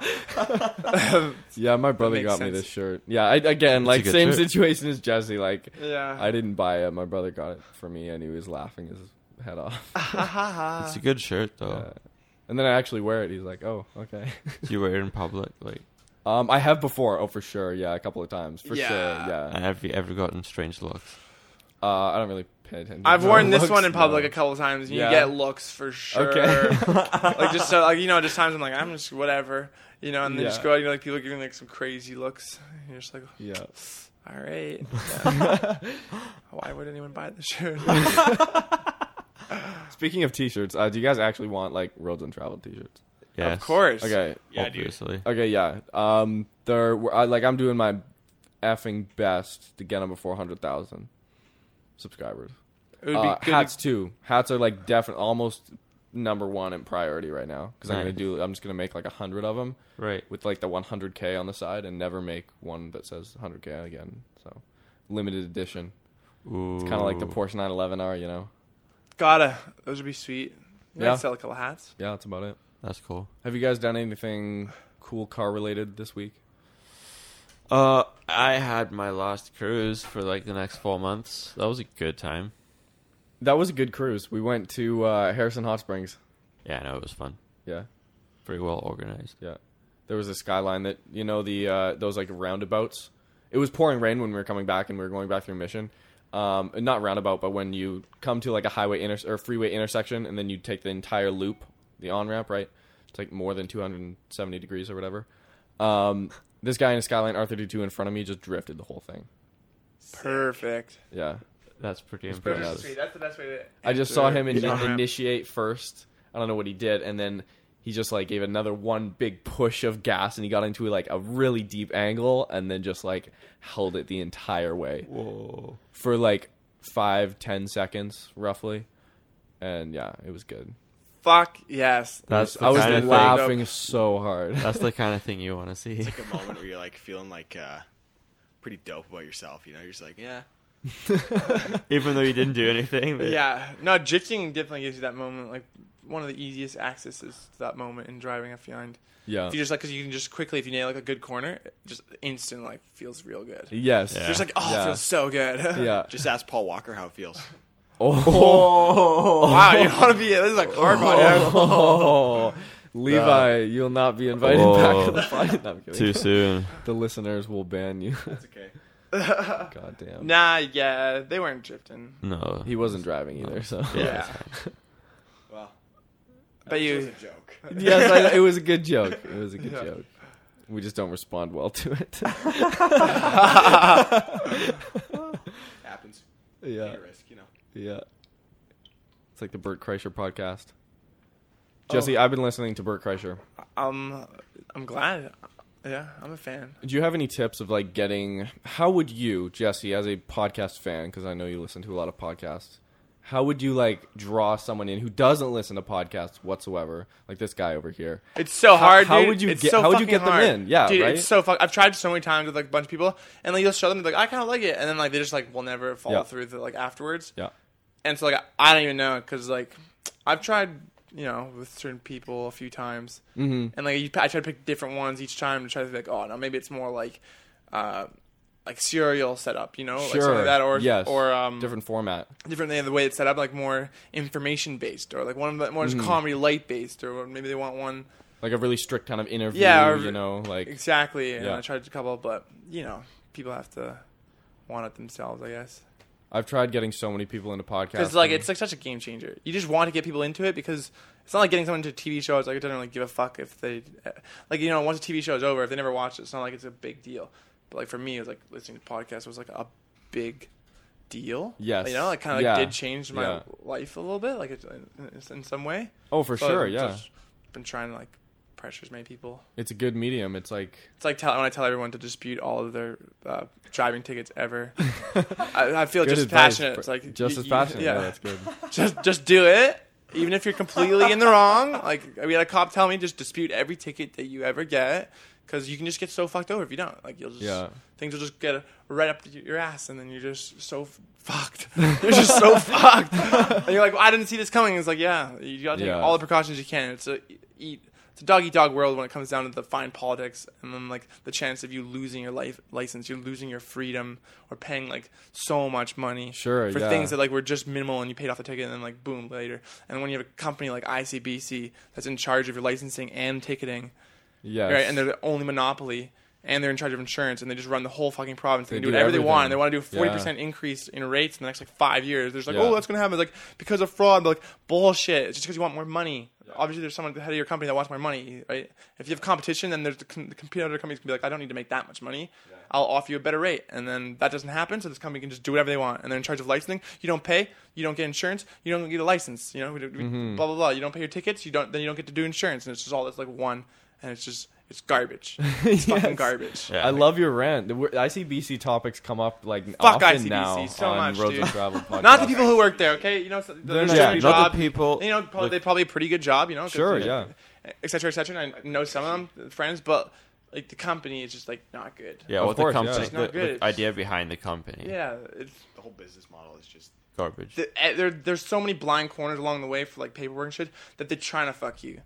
S2: yeah, my brother
S3: makes
S2: got me
S3: sense.
S2: this shirt. Yeah, I, again, like
S4: good
S2: same
S4: shirt.
S2: situation as Jesse. Like, I didn't buy it. My brother got it for me, and he was laughing his head off.
S4: It's a good shirt though.
S2: Yeah. And then I actually wear it. He's like, "Oh, okay."
S4: Do you wear it in public? Like
S2: um, I have before. Oh, for sure. Yeah, a couple of times. For sure.
S3: Yeah.
S2: Yeah.
S4: and have you ever gotten strange looks?
S2: Uh, I don't really pay attention.
S3: I've
S2: to
S3: worn
S2: my
S3: this
S2: looks,
S3: one in
S2: no.
S3: public a couple times, and
S2: Yeah.
S3: you get looks for sure.
S2: Okay.
S3: like just so, like you know, just times I'm like I'm just whatever, you know, and then just
S2: Yeah.
S3: go out, you know, like people giving like some crazy looks. And you're just like,
S2: Yeah.
S3: all right, why would anyone buy this shirt?
S2: Speaking of t-shirts, uh, do you guys actually want like roads untraveled t-shirts?
S4: Yes.
S3: Of course.
S2: Okay.
S1: Yeah, dude.
S4: obviously.
S2: Okay. Yeah. Um. There. were- I, like I'm doing my effing best to get them before hundred thousand subscribers.
S3: It would be
S2: Uh,
S3: good.
S2: hats too. Hats are like definitely almost number one in priority right now because I'm gonna
S4: Nice.
S2: do. I'm just gonna make like a hundred of them
S4: Right.
S2: with like the 100k on the side and never make one that says 100k again. So limited edition. It's kind of like the Porsche 911 are, you know.
S3: Gotta. Those would be sweet. You
S2: Yeah.
S3: might sell a couple hats.
S2: Yeah, that's about it.
S4: That's cool.
S2: Have you guys done anything cool car related this week?
S4: Uh, I had my last cruise for like the next four months. That was a good time.
S2: That was a good cruise. We went to uh, Harrison Hot Springs.
S4: Yeah, I know it was fun.
S2: Yeah,
S4: Pretty well organized.
S2: yeah. There was a skyline that you know the uh, those like roundabouts. It was pouring rain when we were coming back, and we were going back through Mission. Um, not roundabout, but when you come to like a highway inter- or freeway intersection, and then you take the entire loop, the on ramp, right? It's like more than 270 degrees or whatever. Um, this guy in a Skyline R32 in front of me just drifted the whole thing.
S3: Perfect.
S2: Yeah,
S4: That's pretty
S2: pretty
S4: impressive.
S2: nice.
S3: Sweet. That's the best way to.
S2: I just saw him in-
S3: Yeah.
S2: initiate first. I don't know what he did, and then he just like gave another one big push of gas, and he got into like a really deep angle, and then just like held it the entire way
S4: Whoa.
S2: for like five, ten seconds roughly, and yeah, it was good.
S3: Fuck yes.
S4: That's the
S2: I was
S4: kind of thing.
S2: laughing so hard.
S4: That's the kind of thing you want to see.
S1: It's like a moment where you're like feeling like uh, pretty dope about yourself. You know, you're just like, yeah,
S4: Even though you didn't do anything. but-
S3: Yeah, no, drifting definitely gives you that moment. Like one of the easiest accesses to that moment in driving. I find
S2: yeah.
S3: if you just like, cause you can just quickly, if you nail like a good corner, it just instant like feels real good. You're
S2: Yes.
S4: Yeah.
S3: just like, oh,
S2: Yeah.
S3: it feels so good.
S2: Yeah.
S1: just ask Paul Walker how it feels.
S2: Oh.
S3: wow, you want to be this is like hard body.
S2: Levi, you'll not be invited back to the fight. No, I'm kidding.
S4: Too soon.
S2: The listeners will ban you.
S1: It's okay.
S2: God damn.
S3: Nah, yeah, they weren't drifting,
S4: No.
S2: He wasn't driving either, so.
S4: Yeah.
S3: Yeah.
S4: it's fine.
S1: Well,
S3: but
S1: it was
S3: you.
S1: a joke.
S2: yes, I, it was a good joke. It was a good
S3: Yeah.
S2: joke. We just don't respond well to it.
S1: happens.
S2: yeah,
S1: Take a risk, you know.
S2: yeah. It's like the Bert Kreischer podcast.
S3: Oh.
S2: Jesse, I've been listening to Bert Kreischer.
S3: Um, I'm glad. Yeah, I'm a fan.
S2: Do you have any tips of like getting? How would you, Jesse, as a podcast fan, because I know you listen to a lot of podcasts, how would you like draw someone in who doesn't listen to podcasts whatsoever, like this guy over here?
S3: It's so hard.
S2: how
S3: dude.
S2: would you
S3: It's
S2: get-
S3: so
S2: how would you
S3: fucking
S2: get them
S3: hard.
S2: in? Yeah,
S3: dude,
S2: right?
S3: it's so fuck. I've tried so many times with like a bunch of people, and like you'll show them, like I kind of like it, and then like they just like will never follow
S2: Yeah.
S3: through with it, like afterwards.
S2: Yeah,
S3: And so like I, I don't even know because like I've tried you know with certain people a few times, mm-hmm. and like you, I try to pick different ones each time to try to be like, oh no, maybe it's more like, uh, like serial setup, you know, Oh, like something like that, or
S2: yes,
S3: or um
S2: different format.
S3: different than the way it's set up, like more information based, or like one of the more
S2: Mm-hmm.
S3: just comedy light based, or maybe they want one.
S2: like a really strict kind of interview.
S3: Yeah, or-
S2: you know, like
S3: Exactly, and
S2: Yeah.
S3: I tried a couple, but you know, people have to want it themselves, I guess.
S2: I've tried getting so many people into podcasts.
S3: Because like
S2: and-
S3: it's like such a game changer. You just want to get people into it because it's not like getting someone to a TV show. It's like it doesn't really give a fuck if they, like you know, once a TV show is over, if they never watch it, it's not like it's a big deal. But like for me, it was like listening to podcasts was like a big deal.
S2: Yes.
S3: you know, like kind of
S2: Yeah.
S3: like did change my
S2: Yeah.
S3: life a little bit, like it, in- in some way.
S2: oh for
S3: So
S2: sure,
S3: I've
S2: yeah.
S3: just been trying to like pressure as many people
S2: It's a good medium. It's like
S3: It's like tell, when I tell everyone to dispute all of their uh, driving tickets ever. I, I feel
S2: good
S3: just
S2: advice
S3: passionate.
S2: for-
S3: It's like
S2: just
S3: you-
S2: as
S3: you-
S2: passionate. Yeah.
S3: yeah,
S2: that's good.
S3: just just do it, even if you're completely in the wrong. Like we had a cop tell me, just dispute every ticket that you ever get, because you can just get so fucked over if you don't. Like you'll just
S2: Yeah.
S3: things will just get right up your ass, and then you're just so f- fucked. you're just so fucked, and you're like, well, I didn't see this coming. It's like, yeah, you gotta take
S2: Yeah.
S3: all the precautions you can. It's a eat. It's a dog eat dog world when it comes down to the fine politics and then like the chance of you losing your life license, you losing your freedom, or paying like so much money
S2: Sure,
S3: for
S2: yeah.
S3: things that like were just minimal and you paid off the ticket and then like boom later. And when you have a company like ICBC that's in charge of your licensing and ticketing,
S2: Yes.
S3: right? And they're the only monopoly and they're in charge of insurance and they just run the whole fucking province. They,
S2: They
S3: can do
S2: do
S3: whatever they
S2: everything.
S3: want. And they want to do a forty percent increase in rates in the next like five years. There's like,
S2: Yeah.
S3: oh, that's gonna happen. It's like because of fraud. But like bullshit. It's just because you want more money. Obviously, there's someone at the head of your company that wants more money, right? If you have competition, then there's the, com- the computer companies can be like, I don't need to make that much money. I'll offer you a better rate, and then that doesn't happen. So this company can just do whatever they want, and they're in charge of licensing. You don't pay, you don't get insurance, you don't get a license. You know, we, we,
S4: Mm-hmm.
S3: blah blah blah. You don't pay your tickets, you don't then you don't get to do insurance, and it's just all this like one, and it's just it's garbage. It's fucking
S2: Yes.
S3: garbage.
S4: Yeah.
S2: I love your rant. The wor- ICBC topics come up like
S3: Fuck
S2: often
S3: ICBC
S2: now
S3: so
S2: on
S3: much,
S2: Roads
S3: dude.
S2: and Travel podcast.
S3: Not the people who work there, okay? You know, so,
S2: They're
S3: they're
S2: not-
S3: doing a
S2: yeah,
S4: not
S3: job.
S4: the people-
S3: You know, probably,
S4: like-
S3: they probably pretty good job. You know, 'cause,
S2: Sure,
S3: you know, et cetera, et cetera. And I know some of them, friends, but like the company is just like not good.
S4: Yeah,
S2: Of
S4: what
S2: course,
S4: the
S2: yeah.
S4: company,
S2: It's
S3: not
S4: the,
S3: good,
S4: the
S3: it's-
S4: idea behind the company,
S3: Yeah, it's
S1: The whole business model is just
S4: garbage.
S3: the, eh, there, there's so many blind corners along the way for like paperwork and shit that they're trying to fuck you.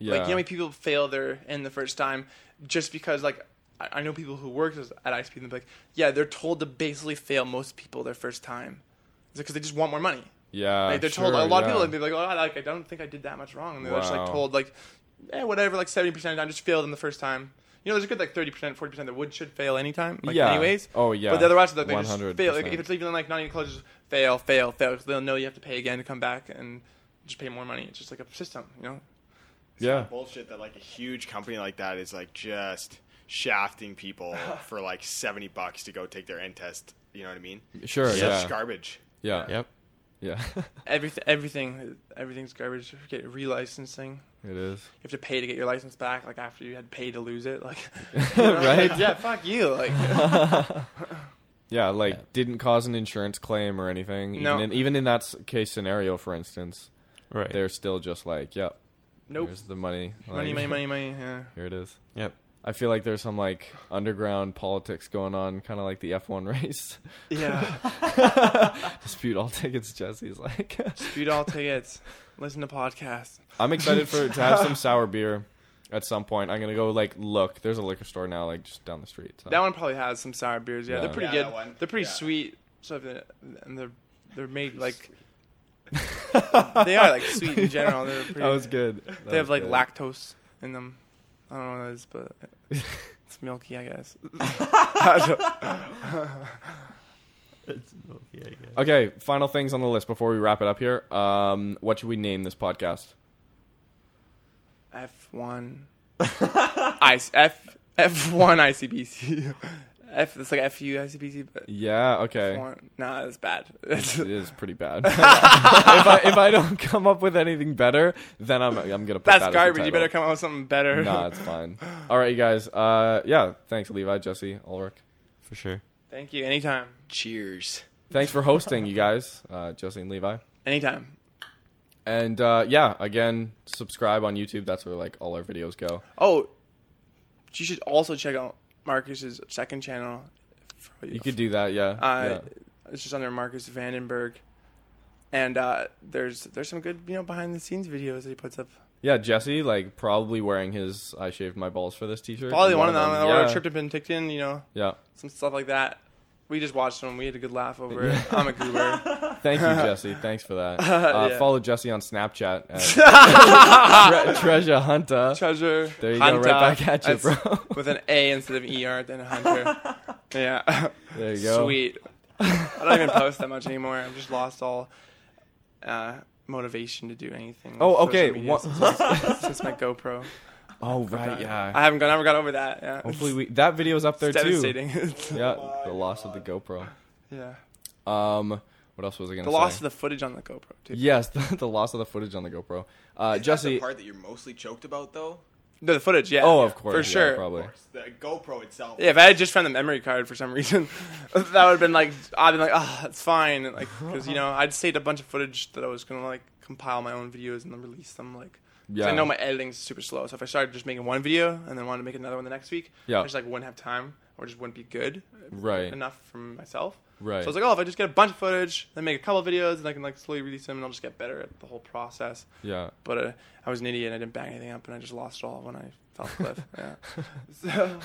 S2: Yeah.
S3: Like you know, how many people fail their in the first time just because like I, I know people who work as- at ISP and they're like, yeah, they're told to basically fail most people their first time because they just want more money.
S2: yeah.
S3: Like they're
S2: sure,
S3: told a lot
S2: yeah.
S3: of people they'd be like, oh, I- like I don't think I did that much wrong, and they're just like
S2: Wow.
S3: told like, eh, whatever, like seventy percent of the time, just failed in the first time. You know, there's a good like thirty percent, forty percent that would should fail anytime, like
S2: Yeah.
S3: anyways.
S2: Oh, yeah.
S3: But the other rest of them, they just fail. Like,
S2: 100%.
S3: if it's even like not even close, just fail, fail, fail. 'cause they'll know you have to pay again to come back and just pay more money. It's just like a system, you know.
S2: Yeah.
S1: bullshit that like a huge company like that is like just shafting people for like 70 bucks to go take their end test you know what i mean
S2: Sure.
S1: It's
S2: Yeah.
S1: such garbage
S2: Yeah.
S4: Yep.
S2: Yeah.
S3: Everything, everything, everything's garbage. You get relicensing.
S2: it is.
S3: You have to pay to get your license back. Like after you had paid to lose it, like
S2: Right?
S3: yeah, fuck you. Like
S2: Yeah, like
S4: Yeah.
S2: didn't cause an insurance claim or anything.
S3: No.
S2: Even in, even in that s- case scenario, for instance,
S4: Right.
S2: they're still just like, yep,
S3: nope.
S2: here's the money.
S3: Money,
S2: like,
S3: money, money, money. Yeah.
S2: Here it is.
S4: Yep.
S2: I feel like there's some like underground politics going on, kind of like the F1 race.
S3: Yeah.
S2: Dispute all tickets. Jesse's like,
S3: Dispute all tickets. Listen to podcasts.
S2: I'm excited for to have some sour beer at some point. I'm gonna go like look. There's a liquor store now, like just down the street. So.
S3: That one probably has some sour beers. Yeah,
S2: Yeah.
S3: they're pretty
S1: Yeah, that
S3: good.
S1: one.
S3: They're pretty
S1: Yeah.
S3: sweet. So they and they're they're made like they are like sweet in general. They're pretty.
S2: That was good. That
S3: They have
S2: was
S3: like
S2: good.
S3: lactose in them. I don't know what it is, but it's milky, I guess. I don't-
S2: Okay, final things on the list before we wrap it up here. Um, what should we name this podcast?
S3: F one. I F F one ICBC. F it's like FU ICBC, but
S2: Yeah. Okay.
S3: F1. Nah, it's bad.
S2: It is pretty bad. if, I, if I don't come up with anything better, then I'm I'm gonna put
S3: That's
S2: that as the
S3: garbage. You
S2: title.
S3: better come up with something better.
S2: Nah, it's fine. All right, you guys. Uh, yeah. Thanks, Levi, Jesse, Ulrich.
S4: For sure.
S3: Thank you. Anytime.
S1: cheers
S2: Thanks for hosting, you guys, uh, Jesse and Levi.
S3: Anytime.
S2: And uh, yeah, again, subscribe on YouTube. That's where like all our videos go.
S3: Oh, you should also check out Marcus's second channel.
S2: You could do that. Yeah.
S3: Uh,
S2: yeah.
S3: It's just under Marcus Vandenberg. And uh, there's there's some good you know behind the scenes videos that he puts up.
S2: Yeah, Jesse, like probably wearing his "I shaved my balls for this" T-shirt.
S3: Probably one of them, or
S2: Yeah.
S3: a Triptych Tictin, you know,
S2: yeah.
S3: some stuff like that. We just watched them. We had a good laugh over it. I'm a goober.
S2: Thank you, Jesse. Thanks for that. Uh,
S3: Yeah.
S2: Follow Jesse on Snapchat at tre- Treasure Hunter.
S3: Treasure.
S2: There you
S3: hunter,
S2: go, right back at you,
S3: That's
S2: bro.
S3: With an A instead of ER, then Hunter. yeah.
S2: There you go.
S3: Sweet. I don't even post that much anymore. I've just lost all uh, motivation to do anything.
S2: Oh,
S3: with
S2: okay,
S3: social media
S2: what-
S3: Since, since my GoPro,
S2: Oh right,
S3: I
S2: yeah.
S3: haven't gone, never got over that. Yeah.
S2: Hopefully, we that video's up there
S3: it's
S2: too.
S3: devastating.
S2: Yeah, the loss of the GoPro.
S3: yeah.
S2: Um, what else was I gonna
S3: The
S2: say?
S3: loss of the footage on the GoPro too.
S2: yes, the, the loss of the footage on the GoPro. Uh,
S1: Isn't that the
S2: Jesse.
S1: part that you're mostly choked about though
S3: No, the footage. Yeah.
S2: Oh, of course,
S3: For
S2: yeah,
S3: sure.
S2: probably.
S1: the gopro itself
S3: Yeah, if I had just found the memory card for some reason, that would have been like I'd been like, ah, it's fine, and, like because you know I'd saved a bunch of footage that I was gonna like compile my own videos and then release them like. 'cause
S2: Yeah.
S3: I know my editing's super slow, so if I started just making one video and then wanted to make another one the next week,
S2: Yeah.
S3: I just like wouldn't have time or just wouldn't be good
S2: Right.
S3: enough from myself.
S2: Right.
S3: So I was like, oh, if I just get a bunch of footage, then make a couple videos, and I can like slowly release them, and I'll just get better at the whole process.
S2: yeah.
S3: But uh, I was an idiot. I didn't bang anything up, and I just lost it all when I fell off the cliff. Yeah. So,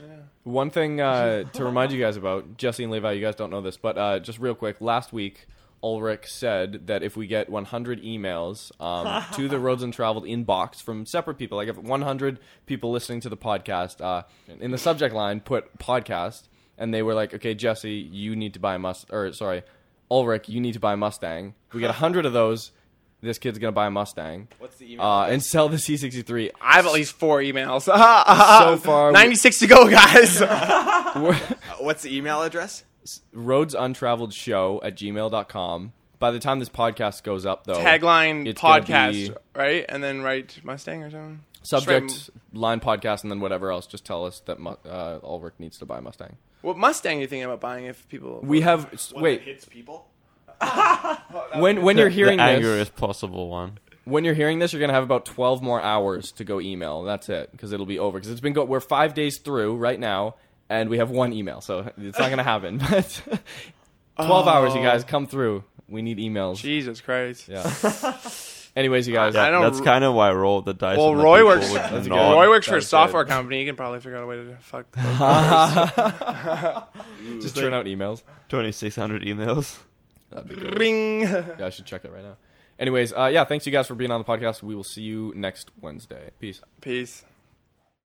S3: yeah.
S2: One thing uh, to remind you guys about Jesse and Levi, you guys don't know this, but uh, just real quick, last week Ulrich said that if we get 100 emails um, to the Roads and Traveled inbox from separate people, like if 100 people listening to the podcast, uh, in the subject line put podcast, and they were like, okay, Jesse, you need to buy a must, or sorry, Ulrich, you need to buy a Mustang. If we get 100 of those, this kid's gonna buy a Mustang.
S1: what's the email
S2: Uh, and sell the C63.
S3: I have at least four emails.
S2: So far, we-
S3: 96 to go, guys.
S2: We're-
S1: Uh, what's the email address
S2: roads untraveled show at gmail.com by the time this podcast goes up though
S3: Tagline
S2: it's gonna
S3: podcast,
S2: be-
S3: right? And then write Mustang or something.
S2: subject
S3: Just write-
S2: line podcast and then whatever else just tell us that Mu- uh, ulrich needs to buy a mustang
S3: What Mustang are you thinking about buying if people.
S2: we have s-
S1: One that
S2: wait
S1: hits people
S2: when when you're hearing
S4: the angriest
S2: this
S4: possible one.
S2: when you're hearing this, you're gonna have about 12 more hours to go email. That's it, because it'll be over. Because it's been go- we're five days through right now, and we have one email, so it's not gonna happen. But 12 hours, you
S3: Oh.
S2: guys, come through. We need emails.
S3: Jesus Christ.
S2: Yeah. Anyways, you guys.
S3: I don't-
S4: That's kind of why I rolled the dice.
S3: Well,
S4: on the
S3: Roy
S4: people
S3: works.
S4: with
S2: good.
S4: not-
S3: Roy works for a
S2: That's
S3: software
S2: good.
S3: company. He can probably figure out a way to fuck.
S2: just turn out emails.
S4: 2,600 emails.
S2: That'd be great.
S3: Ring.
S2: Yeah, I should check that right now. Anyways, uh, yeah, thanks you guys for being on the podcast. We will see you next Wednesday. Peace.
S3: Peace.